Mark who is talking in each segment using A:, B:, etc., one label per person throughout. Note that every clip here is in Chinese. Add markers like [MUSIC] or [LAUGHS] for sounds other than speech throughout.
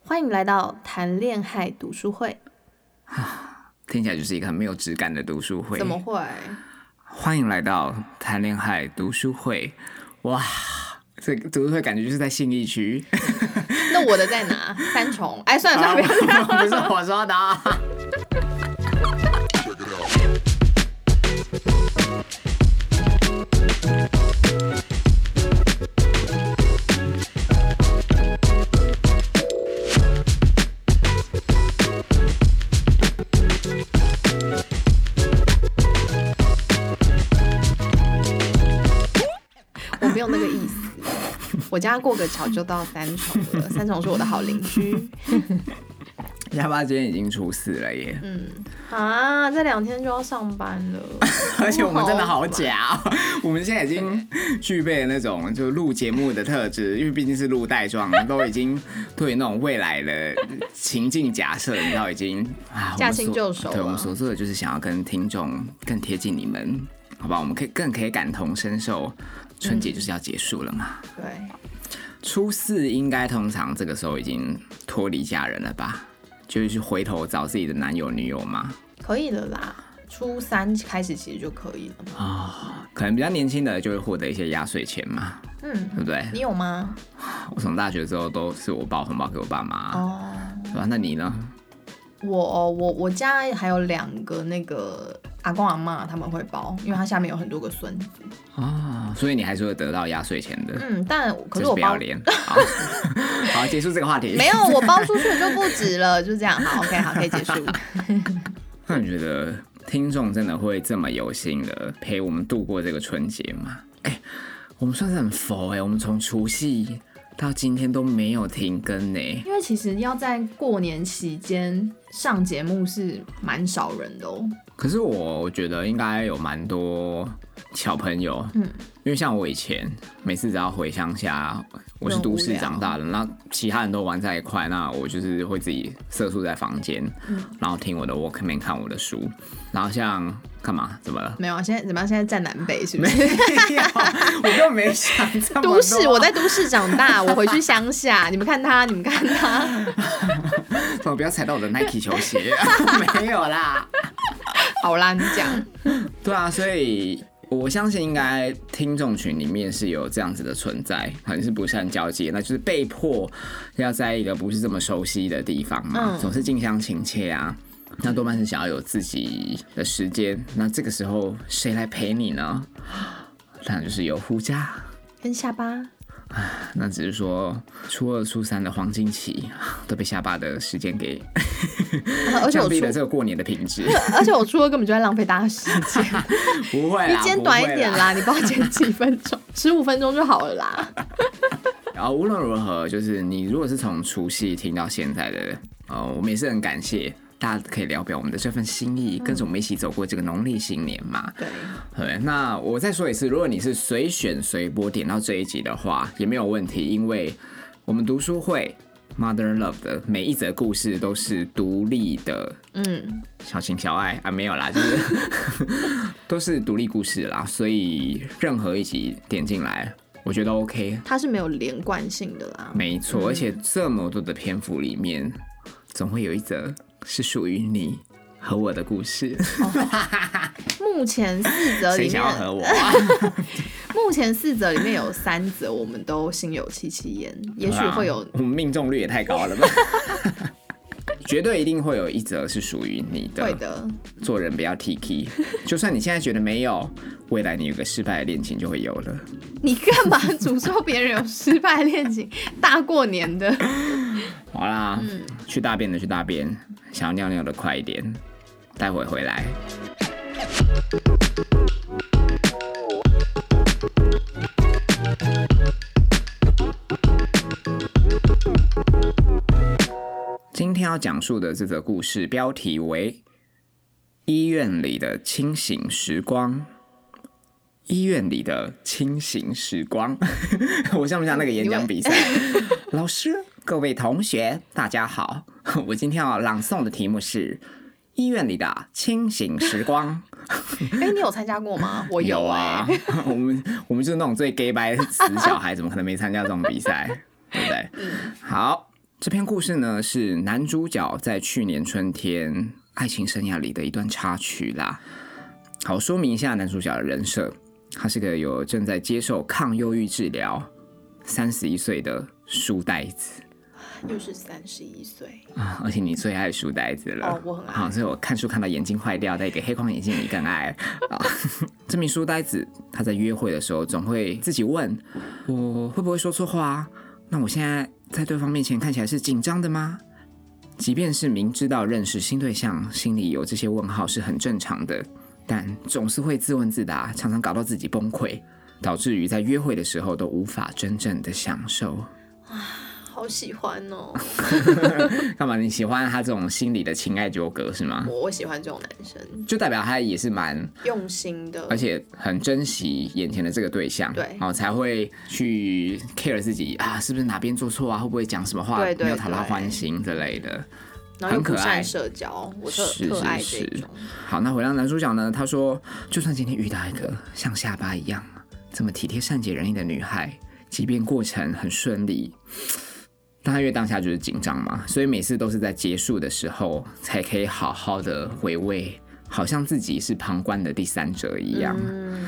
A: 欢迎来到谈恋爱读书会。
B: 听起来就是一个很没有质感的读书会。
A: 怎么会？
B: 欢迎来到谈恋爱读书会！哇，这个读书会感觉就是在信义区。
A: 那我的在哪？ [LAUGHS] 三重？哎，算了算了，不要这样。
B: [LAUGHS] 不是我说的、啊。
A: 我没有那个意思。我家过个桥就到三重 [LAUGHS] 了，三重是我的好邻居
B: 哑巴今天已经初四了耶，
A: [LAUGHS] 啊！这两天就要上班了，
B: [LAUGHS] 而且我们真的好假、哦，我们现在已经具备了那种就录节目的特质，因为毕竟是录带状，都已经对那种未来的情境假设，你知道已经啊，我们
A: 驾轻
B: 所
A: 就熟
B: 对，我
A: 了
B: 们所做的就是想要跟听众更贴近你们，好吧？我们可以更可以感同身受，春节就是要结束了嘛。
A: 对，
B: 初四应该通常这个时候已经脱离家人了吧？就是回头找自己的男友女友嘛。
A: 可以了啦。初三开始其实就可以了嘛。
B: 啊可能比较年轻的就会获得一些压岁钱嘛，对
A: 嗯，
B: 不对？
A: 你有吗？
B: 我从大学之后都是我包红包给我爸妈，
A: 哦，
B: 对吧？那你呢？
A: 我哦我我家还有两个那个阿公阿妈他们会包，因为他下面有很多个孙子。
B: 啊、所以你还是会得到压岁钱的，
A: 嗯，但可
B: 真
A: 是
B: 是
A: 我
B: 不要
A: 包
B: 脸。好， [LAUGHS] 好，结束这个话题。
A: 没有，我包出去的就不止了，就这样。好，OK，好，可以结束。
B: [LAUGHS] 那你觉得听众真的会这么有心的陪我们度过这个春节吗？哎、我们算是很佛哎、我们从除夕到今天都没有停更欸呢、
A: [LAUGHS] 因为其实要在过年期间上节目是蛮少人的哦。
B: 可是我我觉得应该有蛮多小朋友，
A: 嗯？
B: 因为像我以前每次只要回乡下，我是都市长大的，那其他人都玩在一块，那我就是会自己瑟缩在房间，然后听我的 Walkman 看我的书，然后像干嘛？怎么了
A: [LAUGHS] 没有，啊，现在怎么样？现在站南北是不是？
B: 没有我又没啊想这么多
A: [LAUGHS] 都市，我在都市长大，我回去乡下。你们看他，你们看他，
B: 怎么不要踩到我的 Nike 球鞋？ [LAUGHS] 没有啦。
A: 好啦，你讲。
B: 对啊，所以我相信应该听众群里面是有这样子的存在，可能是不善交际，那就是被迫要在一个不是这么熟悉的地方嘛，
A: 嗯
B: 总是近乡情怯啊。那多半是想要有自己的时间，那这个时候谁来陪你呢？当然就是有夫家。
A: 跟下巴
B: 那只是说初二、初三的黄金期都被下巴的时间给
A: 而且我
B: 降低
A: 出
B: 了，这个过年的品
A: [LAUGHS]
B: 质。
A: 而且我出了根本就在浪费大家时间，
B: [LAUGHS] 不会
A: 你
B: 啦，
A: 剪
B: 啊不
A: 短一
B: 会
A: 点啦，你帮我剪几分钟，十五分钟就好了啦。
B: 然后无论如何，就是你如果是从除夕听到现在的，呃，我们也是很感谢大家可以聊表我们的这份心意，跟着我们一起走过这个农历新年嘛。
A: 对，
B: 对，那我再说一次，如果你是随选随播点到这一集的话，也没有问题，因为我们读书会。Mother Love 的每一则故事都是独立的
A: 嗯，
B: 小情小爱啊，没有啦，就是 [LAUGHS] 都是独立故事啦，所以任何一集点进来，我觉得 OK，
A: 它是没有连贯性的啦。
B: 没错，而且这么多的篇幅里面，总会有一则是属于你和我的故事。
A: 目前四则呃
B: 谁
A: 里
B: 想要和
A: 面， [LAUGHS]
B: 我、啊？
A: 目前四则里面有三则我们都心有戚戚焉，
B: 嗯
A: 也许会有
B: 我们命中率也太高了吧？ [LAUGHS] 绝对一定会有一则是属于你的。
A: 会的。
B: 做人不要 T K，就算你现在觉得没有，未来你有个失败的恋情就会有了。
A: 你干嘛诅咒别人有失败恋情？大过年 [LAUGHS] 的，
B: 好啦，
A: 嗯
B: 去大便的去大便，想要尿尿的快一点，待会回来。今天要讲述的这则故事标题为《医院里的清醒时光》。医院里的清醒时光， [LAUGHS] 我像不像那个演讲比赛？老师，各位同学，大家好，我今天要朗诵的题目是《医院里的清醒时光》。
A: 哎、你有参加过
B: [LAUGHS]
A: 吗？我有哎、
B: 啊，我们
A: 嗯
B: 我们就是那种最 gay 白的死小孩，怎么可能没参加这种比赛，对不对？好，这篇故事呢，是男主角在去年春天爱情生涯里的一段插曲啦。好，说明一下男主角的人设，他是个有正在接受抗忧郁治疗、三十一岁的书呆子
A: 又是三十一岁，
B: 啊，而且你最爱书呆子了。
A: 哦我很爱
B: 好，所以我看书看到眼睛坏掉，戴一个黑框眼镜，你更爱啊。 [LAUGHS] 这名书呆子他在约会的时候总会自己问：我会不会说错话啊？那我现在在对方面前看起来是紧张的吗？即便是明知道认识新对象，心里有这些问号是很正常的，但总是会自问自答，常常搞到自己崩溃，导致于在约会的时候都无法真正的享受。
A: 好喜欢哦，
B: 干嘛？你喜欢他这种心理的情爱纠葛是吗？
A: 我我喜欢这种男生，
B: 就代表他也是蛮，
A: 用心的，
B: 而且很珍惜眼前的这个对象，
A: 对
B: 哦，才会去 care 自己啊，是不是哪边做错啊，会不会讲什么话
A: 对对
B: 没有讨到
A: 对
B: 欢心之类的。
A: 然后又
B: 很可
A: 不
B: 爱
A: 善社交，我特
B: 是
A: 特
B: 是
A: 爱这
B: 是
A: 种。
B: 好，那回到男主角呢，他说，就算今天遇到一个像下巴一样这么体贴、善解人意的女孩，即便过程很顺利，但他因为当下就是紧张嘛，所以每次都是在结束的时候才可以好好的回味，好像自己是旁观的第三者一样，
A: 嗯，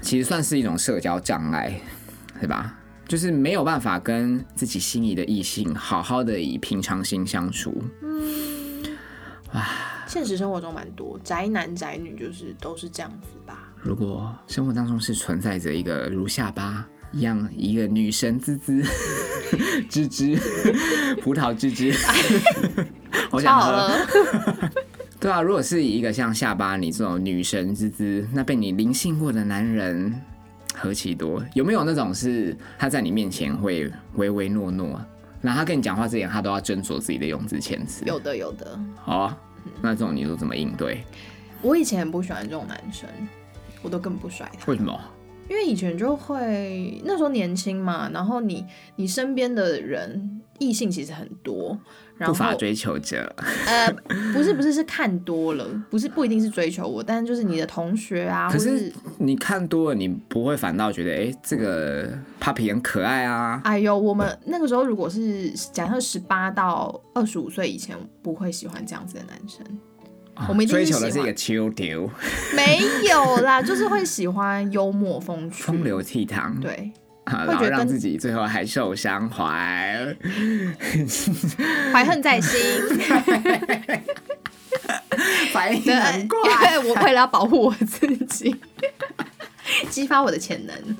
B: 其实算是一种社交障碍，对吧？就是没有办法跟自己心仪的异性好好的以平常心相处，
A: 现实生活中蛮多宅男宅女，就是都是这样子吧。
B: 如果生活当中是存在着一个如下巴一样一个女神滋滋 [LAUGHS] 芝芝葡萄芝芝， [LAUGHS] 我想
A: 好
B: 喝。
A: 了， [LAUGHS]
B: 对啊，如果是一个像下巴你这种女神滋滋，那被你灵性过的男人何其多？有没有那种是他在你面前会唯唯诺诺，然后他跟你讲话之前，他都要斟酌自己的用字遣词？
A: 有的有的。
B: 好啊，那这种你都怎么应对？
A: 我以前很不喜欢这种男生，我都更不甩他，
B: 为什么？
A: 因为以前就会那时候年轻嘛，然后你你身边的人异性其实很多，然
B: 不乏
A: 后
B: 追求者。
A: 呃不是不是是看多了，不是不一定是追求我，但就是你的同学啊，或
B: 可是
A: 是
B: 你看多了，你不会反倒觉得，哎、这个 Papi 很可爱啊？
A: 哎呦，我们那个时候如果是假设十八到二十五岁以前，不会喜欢这样子的男生。啊我们一定
B: 哦啊追
A: 是
B: 求的
A: 喜
B: 是一
A: 欢
B: 个秋流，
A: 没有啦，就是会喜欢幽默风趣，
B: 风流倜傥，
A: [LAUGHS] 对，
B: 啊，
A: 会
B: 然
A: 觉
B: 后
A: 得
B: 让
A: 跟
B: 自己最后还受伤
A: [LAUGHS]
B: 怀。
A: 怀恨在心。
B: 反应
A: 对，
B: 很怪。
A: 因为我为了要保护我自己，激发我的潜能。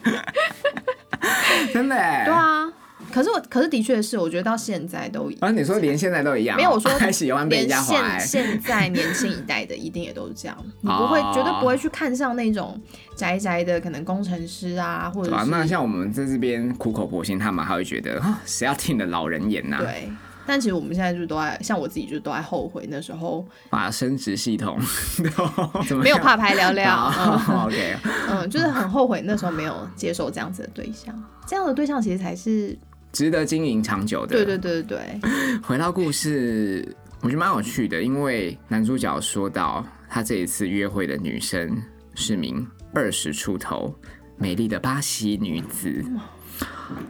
B: [LAUGHS] 真的、欸。
A: 对。啊，可是我，可是的确是，我觉得到现在都
B: 啊，你说连现在都一样哦、
A: 没有我说
B: [LAUGHS] 还喜欢被人
A: 连
B: 家哎怀
A: 现，现在年轻一代的一定也都是这样，你不会、
B: 哦
A: 绝对不会去看上那种宅宅的，可能工程师啊，或
B: 对
A: 者
B: 吧、
A: 是
B: 那像我们在这边苦口婆心，他们还会觉得啊谁要听你的老人言呐、
A: 对。但其实我们现在就都在，像我自己就都在后悔那时 [LAUGHS] 候
B: 把生殖系统 [LAUGHS] 都怎么
A: 没有
B: 样
A: 怕牌聊聊，嗯
B: [LAUGHS] 好 OK，
A: 嗯，就是很后悔那时候没有接受这样子的对象，这样的对象其实才是
B: 值得经营长久的。
A: 对对对对对，
B: 回到故事，我觉得蛮有趣的，因为男主角说到他这一次约会的女生是名二十出头美丽的巴西女子。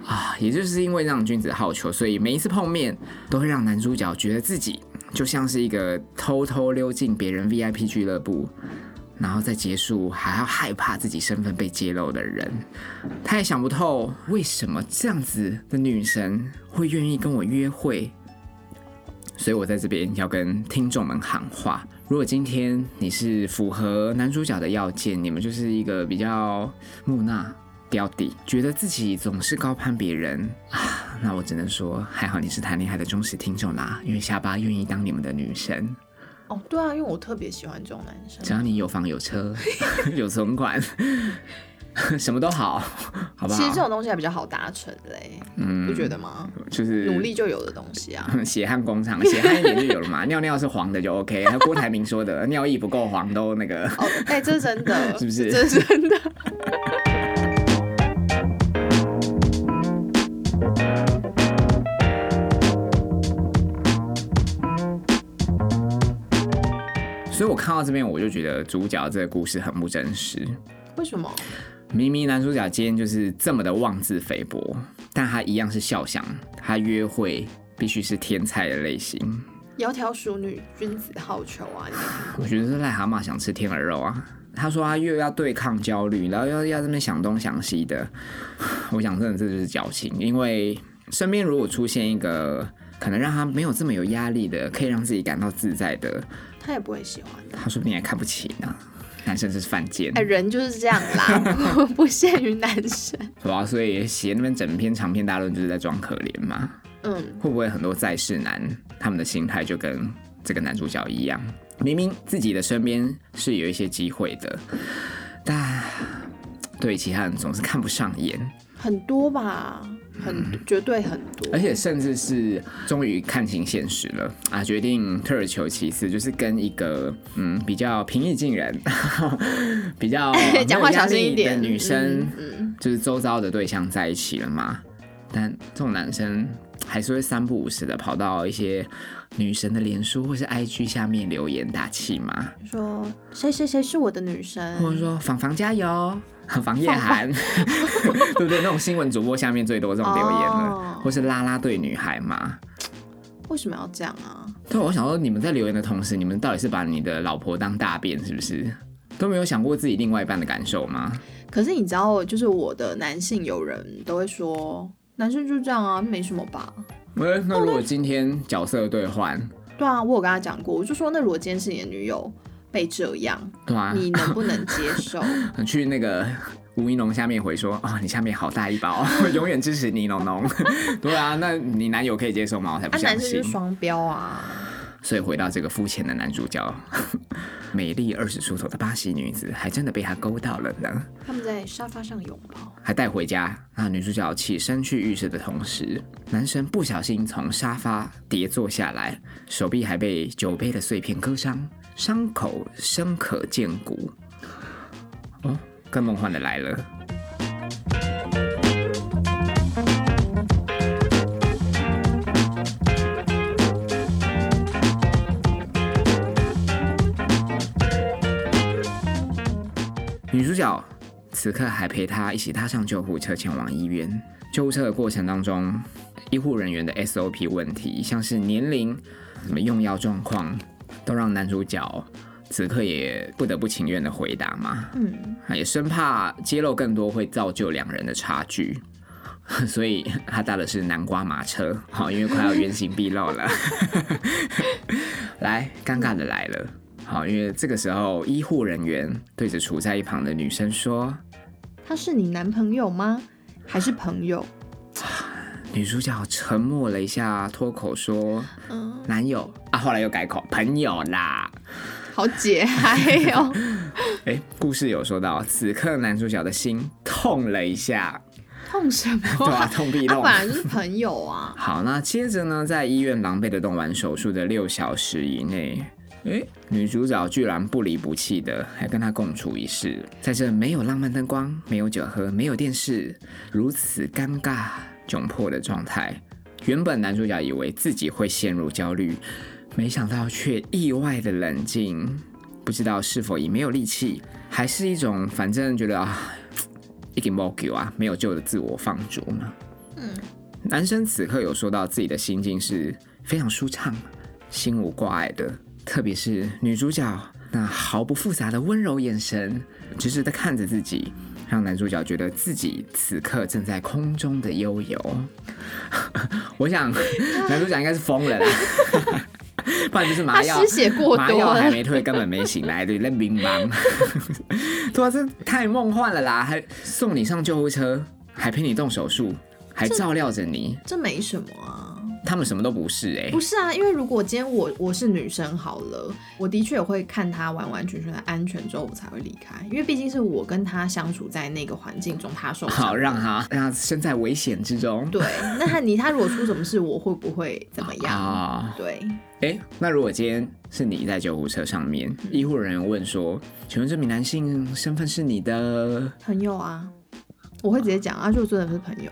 B: 啊，也就是因为让君子好逑，所以每一次碰面都会让男主角觉得自己就像是一个偷偷溜进别人 VIP 俱乐部，然后在结束还要害怕自己身份被揭露的人。他也想不透为什么这样子的女神会愿意跟我约会。所以我在这边要跟听众们喊话：如果今天你是符合男主角的要件，你们就是一个比较木讷、刁底，觉得自己总是高攀别人啊，那我只能说，还好你是谈恋爱的忠实听众啦，因为下巴愿意当你们的女神。
A: 哦对啊，因为我特别喜欢这种男
B: 只
A: 生，
B: 要你有房有车 [LAUGHS] 有存款，什么都好，好不好？
A: 其实这种东西还比较好达成嘞，
B: 嗯
A: 不觉得吗？
B: 就是
A: 努力就有的东西啊，
B: 血汗工厂，血汗一点就有了嘛。 [LAUGHS] 尿尿是黄的就 OK，还有郭台铭说的， [LAUGHS] 尿液不够黄都那个。
A: 哦，哎、这是真的，
B: [LAUGHS] 是不是
A: 这是真的。
B: 所以我看到这边，我就觉得主角这个故事很不真实。
A: 为什么？
B: 明明男主角今天就是这么的妄自菲薄，但他一样是笑想他约会必须是天菜的类型。
A: 窈窕淑女，君子好逑啊！
B: 我觉得是癞蛤蟆想吃天鹅肉啊。他说他又要对抗焦虑，然后又要这边想东想西的。我想，真的这就是矫情，因为身边如果出现一个可能让他没有这么有压力的，可以让自己感到自在的，
A: 他也不会喜欢的。
B: 他说不定还看不起呢。男生真是犯贱
A: 哎，，人就是这样啦， [LAUGHS] 不不限于男生。
B: 对吧、所以写那边整篇长篇大论就是在装可怜嘛。
A: 嗯，
B: 会不会很多在世男他们的心态就跟这个男主角一样，明明自己的身边是有一些机会的，但对其他人总是看不上眼，
A: 很多吧，很绝对很多
B: 嗯而。且甚至是终于看清现实了啊，决定退而求其次，就是跟一个嗯比较平易近人、 [LAUGHS] 比
A: [LAUGHS]
B: 较没有
A: 讲话小心
B: 压力
A: 一点
B: 的女生
A: 嗯，嗯，
B: 就是周遭的对象在一起了嘛，但这种男生还是会三不五时的跑到一些女神的脸书或是 IG 下面留言打气嘛，
A: 嗯说谁谁谁是我的女
B: 或者
A: 神，
B: 说“房房加 [LAUGHS] 油”。嗯房夜涵，对不对？那种新闻主播下面最多这种留言了
A: 哦
B: 或是啦啦队女孩嘛。
A: 为什么要这样啊？
B: 对，我想说，你们在留言的同时，你们到底是把你的老婆当大便是不是？都没有想过自己另外一半的感受吗？
A: 可是你知道，就是我的男性友人都会说，男生就这样啊，没什么吧。
B: 喂，哦那如果今天角色兑换，
A: 对啊，我有跟他讲过，我就说，那如果今天是你的女 [LAUGHS] 友被这样，
B: 对啊，
A: 你能不能接 [LAUGHS] 受？啊
B: 去那个吴一农下面回说：“哦， [LAUGHS] 你下面好大一包，我永远支持你，农 [LAUGHS] 农。”对啊，那你男友可以接受吗？我才不
A: 啊，
B: 相
A: 男生
B: 信
A: 就是。双标啊，
B: 所以回到这个肤浅的男主角， [LAUGHS] 美丽二十出头的巴西女子，还真的被他勾到了呢，
A: 他们在沙发上拥抱，
B: 还带回家。那女主角起身去浴室的同时，男生不小心从沙发跌坐下来，手臂还被酒杯的碎片割伤，伤口深可见骨。哦，更梦幻的来了。女主角此刻还陪他一起搭上救护车前往医院。救护车的过程当中，医护人员的 SOP 问题，像是年龄、什么用药状况，都让男主角此刻也不得不情愿的回答嘛。
A: 嗯，
B: 啊也生怕揭露更多会造就两人的差距， [LAUGHS] 所以他搭的是南瓜马车，好，因为快要原形毕露了。 [LAUGHS] 来，尴尬的来了，好，因为这个时候医护人员对着处在一旁的女生说，
A: 他是你男朋友吗？还是朋友？
B: 女主角沉默了一下，脱口说
A: 嗯，
B: 男友啊，后来又改口朋友啦。
A: 好解嗨哦，
B: 哎，故事有说到，此刻男主角的心痛了一下，
A: [LAUGHS] 痛什么
B: 对吧、
A: 啊？
B: 痛必
A: 他
B: 痛。
A: 本来 [LAUGHS] 就是朋友啊，
B: 好，那接着呢，在医院狼狈的动完手术的六小时以内，诶，女主角居然不离不弃的，还跟他共处一室，在这没有浪漫灯光、没有酒喝、没有电视，如此尴尬窘迫的状态，原本男主角以为自己会陷入焦虑，没想到却意外的冷静，不知道是否已没有力气，还是一种反正觉得啊，一点 m o 啊，没有救的自我放逐嘛。男生此刻有说到自己的心境是非常舒畅、心无挂碍的，特别是女主角那毫不复杂的温柔眼神，直直的看着自己，让男主角觉得自己此刻正在空中的悠游。 [LAUGHS]
A: [LAUGHS]
B: 我想男主角应该是疯了啦， [LAUGHS] 不然就是
A: 他
B: 麻药
A: 失血过
B: 麻
A: 多
B: 药还
A: 了，
B: 没退，根本没醒来，对，在乒乓。 [LAUGHS] 对啊，这太梦幻了啦！还送你上救护车，还陪你动手术，还照料着你，
A: 这没什么啊。
B: 他们什么都不是哎、
A: 不是啊，因为如果今天我我是女生好了，我的确也会看她完完全全的安全之后，我才会离开，因为毕竟是我跟她相处在那个环境中，她受
B: 好
A: 伤。
B: 让他让他身在危险之中。
A: 对，那她你她如果出什么事，我会不会怎么样？
B: 啊，
A: 对，
B: 哎、那如果今天是你在救护车上面，医护人员问说：“请问这名男性身份是你的
A: 朋友啊，我会直接讲啊，就真的是朋友。？”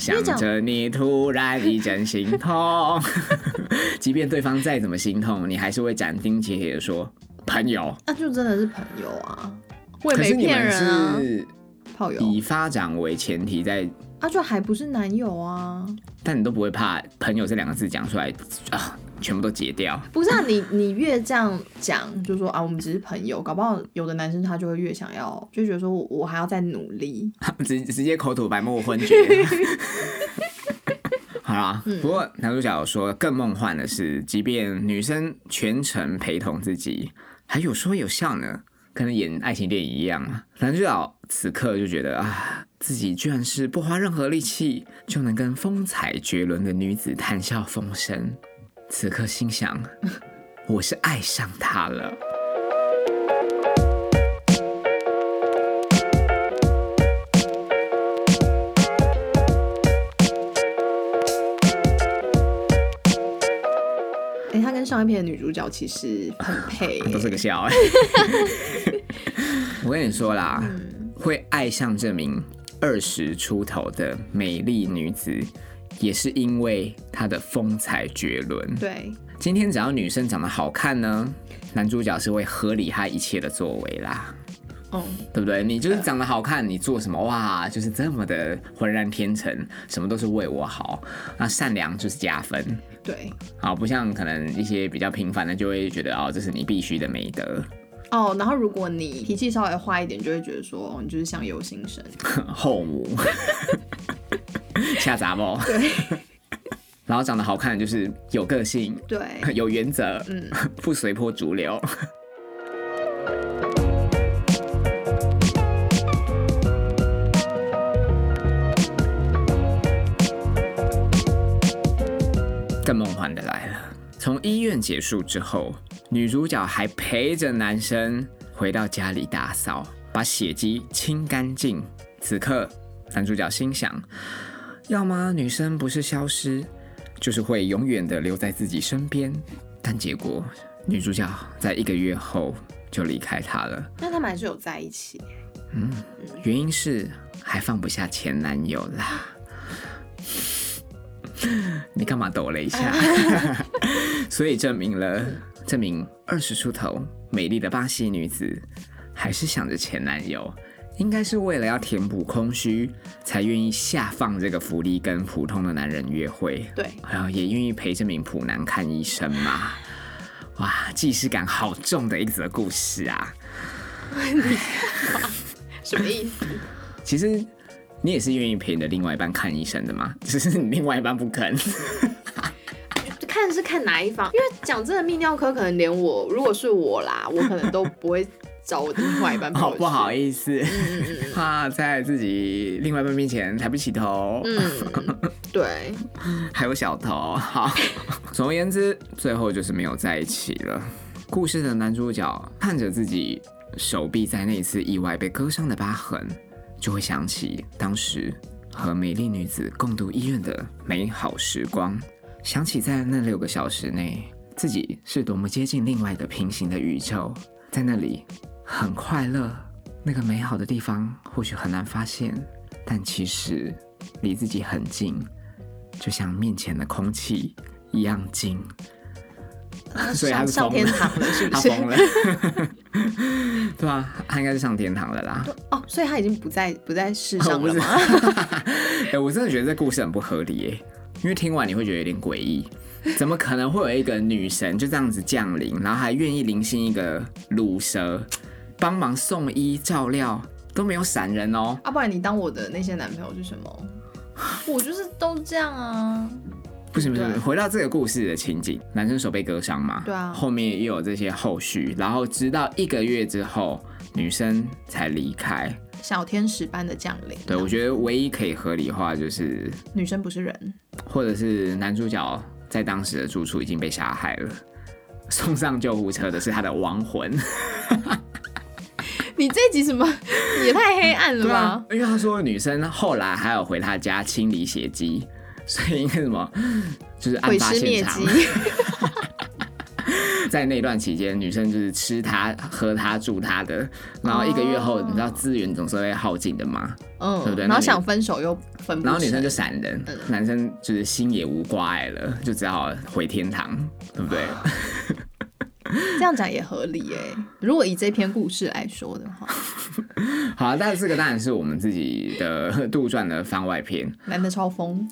B: 想
A: 讲
B: 着你突然一阵心痛， [LAUGHS] 即便对方再怎么心痛，你还是会斩钉截铁的说：“朋友。”
A: 那、啊就真的是朋友啊，我也
B: 可
A: 没
B: 是你
A: 骗
B: 们
A: 人啊，
B: 是
A: 炮友
B: 以发展为前提在
A: 啊，就还不是男友啊？
B: 但你都不会怕“朋友”这两个字讲出来啊，全部都截掉。
A: 不是啊，你 [LAUGHS] 你越这样讲，就说啊，我们只是朋友，搞不好有的男生他就会越想要，就觉得说我我还要再努力。
B: [LAUGHS] 直直接口吐白沫昏厥。 [LAUGHS] 好啦，不过男主角有说更梦幻的是，即便女生全程陪同自己，还有说有笑呢，跟演爱情电影一样啊。男主角此刻就觉得啊，自己居然是不花任何力气就能跟风采绝伦的女子谈笑风生，此刻心想， [LAUGHS] 我是爱上她了。
A: 哎、他跟上一篇的女主角其实很配、
B: [LAUGHS] 都是个笑、欸。我跟你说啦，会爱上这名二十出头的美丽女子，也是因为她的风采绝伦。
A: 对，
B: 今天只要女生长得好看呢，男主角是会合理她一切的作为啦。
A: 哦、
B: 对不对？你就是长得好看，你做什么哇，就是这么的浑然天成，什么都是为我好。那善良就是加分
A: 对，
B: 啊，不像可能一些比较平凡的，就会觉得哦，这是你必须的美德。
A: 哦，然后如果你脾气稍微坏一点，就会觉得说，哦，你就是相由心
B: [LAUGHS]
A: 生。
B: 后母， [LAUGHS] 下杂毛，
A: 对
B: 然后长得好看就是有个性、
A: 对，
B: 有原则，
A: 嗯，
B: 不随波逐流。更梦幻的来了，从医院结束之后，女主角还陪着男生回到家里打扫，把血迹清干净。此刻，男主角心想：要么女生不是消失，就是会永远的留在自己身边。但结果，女主角在一个月后就离开他了，
A: 那他们还是有在一起。
B: 原因是还放不下前男友啦。 [LAUGHS] 你干嘛抖了一下？ [LAUGHS] 所以证明了，证明二十出头美丽的巴西女子还是想着前男友，应该是为了要填补空虚，才愿意下放这个福利跟普通的男人约会。
A: 对，
B: 然后哎也愿意陪这名普男看医生嘛。哇，既视感好重的一则故事啊！
A: 什么意思？ [LAUGHS]
B: 其实你也是愿意陪你的另外一半看医生的嘛， [LAUGHS] 只是你另外一半不肯。
A: 看是看哪一方，因为讲真的，泌尿科可能连我，如果是我啦，我可能都不会找我的另外一半陪
B: [LAUGHS] 好
A: 我去。
B: 哦不好意思啊，在自己另外一半面前抬不起头，
A: 嗯，对，
B: 还有小头。好，总而言之，最后就是没有在一起了。故事的男主角看着自己手臂在那一次意外被割伤的疤痕，就会想起当时和美丽女子共度医院的美好时光，想起在那六个小时内，自己是多么接近另外一个平行的宇宙，在那里很快乐。那个美好的地方或许很难发现，但其实离自己很近，就像面前的空气一样近。所以他
A: 呃上
B: 是
A: 上
B: 疯
A: 天
B: 了
A: 堂
B: [LAUGHS]
A: 了，是不
B: 他
A: 是？
B: 疯了，对啊，他应该是上天堂了啦。
A: 哦，所以他已经不在不在世 [LAUGHS] 上
B: 哦我不
A: 了
B: 知
A: 吗？
B: [LAUGHS] 哎、我真的觉得这故事很不合理耶，因为听完你会觉得有点诡异，怎么可能会有一个女神 [LAUGHS] 就这样子降临，然后还愿意临幸一个乳蛇，帮忙送医照料，都没有闪人哦。
A: 啊，不然你当我的那些男朋友是什么？我就是都这样啊。
B: 不行不行，
A: 对
B: 回到这个故事的情景，男生手被割伤嘛，
A: 对啊
B: 后面也有这些后续，然后直到一个月之后，女生才离开。
A: 小天使般的降临。啊
B: 对我觉得唯一可以合理化就是
A: 女生不是人，
B: 或者是男主角在当时的住处已经被杀害了，送上救护车的是他的
A: [LAUGHS]
B: 亡魂，
A: 你这一集什么也太黑暗了
B: 对
A: 吧
B: 吧？？因为他说女生后来还有回他家清理血迹，所以应该什么就是案
A: 毁
B: 发
A: 尸灭
B: 啊现场
A: 迹，
B: 在那段期间，女生就是吃他、喝他、住他的，然后一个月后，
A: 哦
B: 你知道资源总是会耗尽的嘛，
A: 嗯，
B: [LAUGHS] 对不对
A: 然
B: 那
A: 后
B: 你
A: 想分手又分不成，
B: 然后女生就闪人
A: 嗯，
B: 男生
A: [LAUGHS]
B: 就是心也无挂碍了，就只好回天堂，对不对？
A: 这样讲也合理耶、如果以这篇故事来说的话，
B: 好，但是这个当然是我们自己的 [LAUGHS] 杜撰的番外篇。
A: 男的超疯，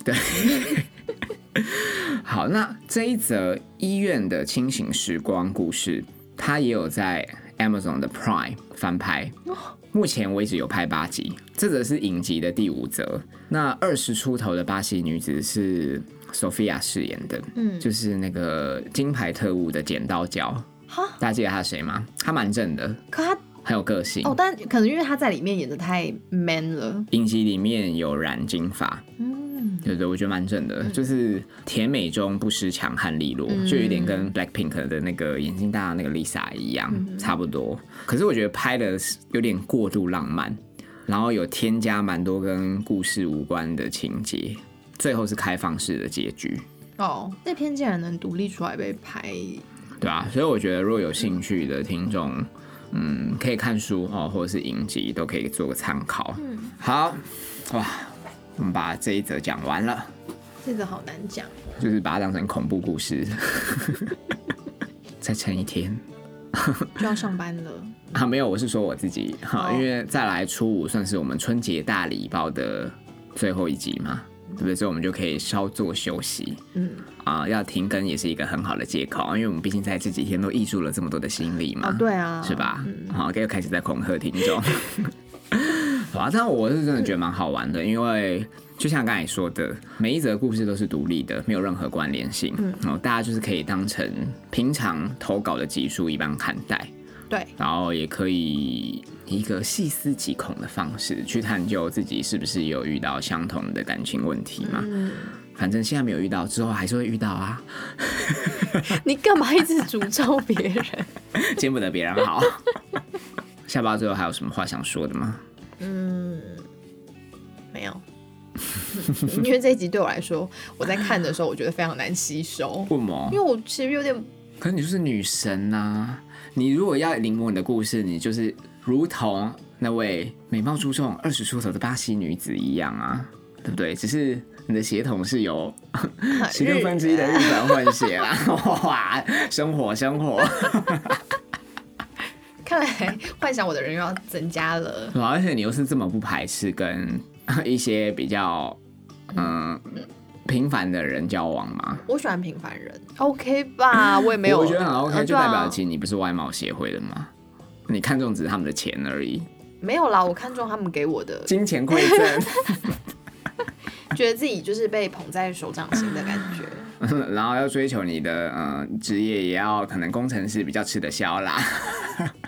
B: 好，那这一则医院的清醒时光故事，它也有在 Amazon 的 Prime 翻拍。
A: 哦
B: 目前为止有拍八集，这则是影集的第五则。那二十出头的巴西女子是 Sophia 饰演的，
A: 嗯
B: 就是那个金牌特务的剪刀脚。
A: 哈，
B: 大家记得她是谁吗？她蛮正的，
A: 可他
B: 很有个性。
A: 哦，但可能因为他在里面演的太 man 了，
B: 影集里面有染金发，
A: 嗯，
B: 对对，我觉得蛮正的，就是甜美中不失强悍利落，
A: 嗯
B: 就有点跟 Blackpink 的那个眼睛大的那个 Lisa 一样，
A: 嗯
B: 差不多。可是我觉得拍的是有点过度浪漫，然后有添加蛮多跟故事无关的情节，最后是开放式的结局，
A: 哦，那篇竟然能独立出来被拍，
B: 对吧、所以我觉得如果有兴趣的听众，嗯，可以看书哦，或者是影集都可以做个参考。
A: 嗯，
B: 好，哇，我们把这一则讲完了。
A: 这个好难讲，
B: 就是把它当成恐怖故事。 [LAUGHS] 再撑一天
A: 就要上
B: [LAUGHS]
A: 班了，
B: 啊？没有，我是说我自己
A: 哦
B: 哈，因为再来初五算是我们春节大礼包的最后一集嘛，对不对？所以我们就可以稍作休息
A: 嗯，
B: 啊，要停更也是一个很好的借口，因为我们毕竟在这几天都溢出了这么多的心力嘛，
A: 哦，对啊，[LAUGHS]
B: 是吧
A: 嗯？
B: 好，又开始在恐吓听众。 [LAUGHS] 好啊，但我是真的觉得蛮好玩的，因为就像刚才说的，每一则故事都是独立的，没有任何关联性，嗯，哦，大家就是可以当成平常投稿的集数一般看待，
A: 对，
B: 然后也可以以一个细思极恐的方式去探究自己是不是有遇到相同的感情问题嘛。
A: 嗯，
B: 反正现在没有遇到，之后还是会遇到啊， [LAUGHS]
A: 你干嘛一直诅咒别人？
B: 见不得别人好。 [LAUGHS] 下巴最后还有什么话想说的吗？
A: 嗯， [LAUGHS] 没有。因为这一集对我来说，我在看的时候，我觉得非常难吸收，
B: 问我
A: 因为我其实有点
B: 可是你就是女神呐、你如果要临摹你的故事，你就是如同那位美貌出众、二十出头的巴西女子一样啊，对不对？只是你的血统是有十六分之一的日本混血
A: 哎
B: 啦， [LAUGHS] 哇，生活生活，
A: 看来幻想我的人又要增加了。
B: 对啊而且你又是这么不排斥跟 [LAUGHS] 一些比较嗯平凡的人交往嘛？
A: 我喜欢平凡人，OK 吧？我也没有，
B: 我觉得很 OK，、
A: 呃
B: 就
A: 对啊
B: 代表其实你不是外貌协会的嘛，你看中只是他们的钱而已，
A: 没有啦。我看中他们给我的，
B: 金钱馈
A: [LAUGHS]
B: 赠。
A: 觉得自己就是被捧在手掌心的感觉。
B: [LAUGHS] 然后要追求你的呃职业，也要可能工程师比较吃得消啦。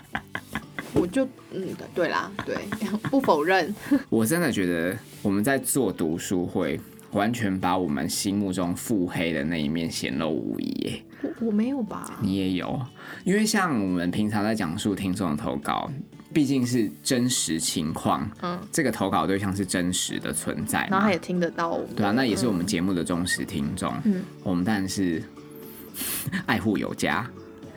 B: [LAUGHS]
A: 我就嗯，对啦，对，
B: [LAUGHS]
A: 不否认。
B: 我真的觉得我们在做读书会，完全把我们心目中腹黑的那一面显露无遗耶。
A: 我我没有吧？
B: 你也有，因为像我们平常在讲述听众的投稿，毕竟是真实情况，
A: 嗯，
B: 这个投稿对象是真实的存在
A: 然后
B: 嘛
A: 他也，听得到我们，
B: 对啊，那也是我们节目的忠实听众，
A: 嗯，
B: 我们当然是爱护有加，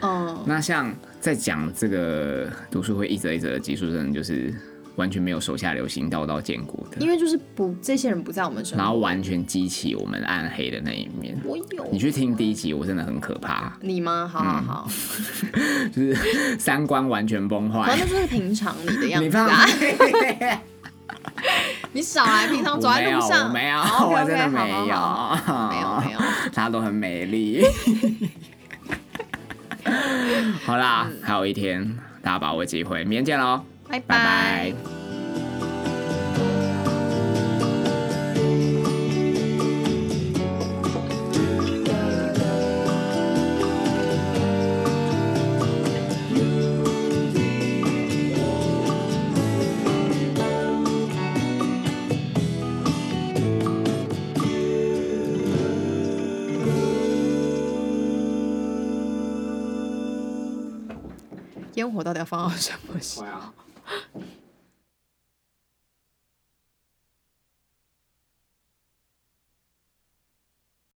A: 嗯，
B: 那像在讲这个读书会一则一则的集数，真的就是完全没有手下留情、刀刀见骨的
A: 因，为就是不这些人不在我们身
B: 然
A: 边，
B: 后完全激起我们暗黑的那一面。
A: 我有
B: 你去嗯听第一集，我真的很可
A: [LAUGHS]
B: 怕，
A: 你吗？好好好，
B: 就是三观完全崩
A: 反
B: 坏。
A: 正就是平常你的样
B: 你
A: 子
B: 放 [LAUGHS]
A: 啊，
B: 屁，
A: [LAUGHS] 你少来，平常走
B: 我
A: 在
B: 没有，
A: 路上，
B: 我没有，
A: 好
B: [LAUGHS] 我
A: ，OK，OK，
B: 真的没有，哦
A: 好好好没有没有，
B: 大家都很
A: [LAUGHS]
B: 美丽。好啦，
A: 嗯
B: 还有一天，大家把握机会，明天见喽，
A: 拜
B: 拜拜。
A: 烟火到底要放到什么时候？
B: 我要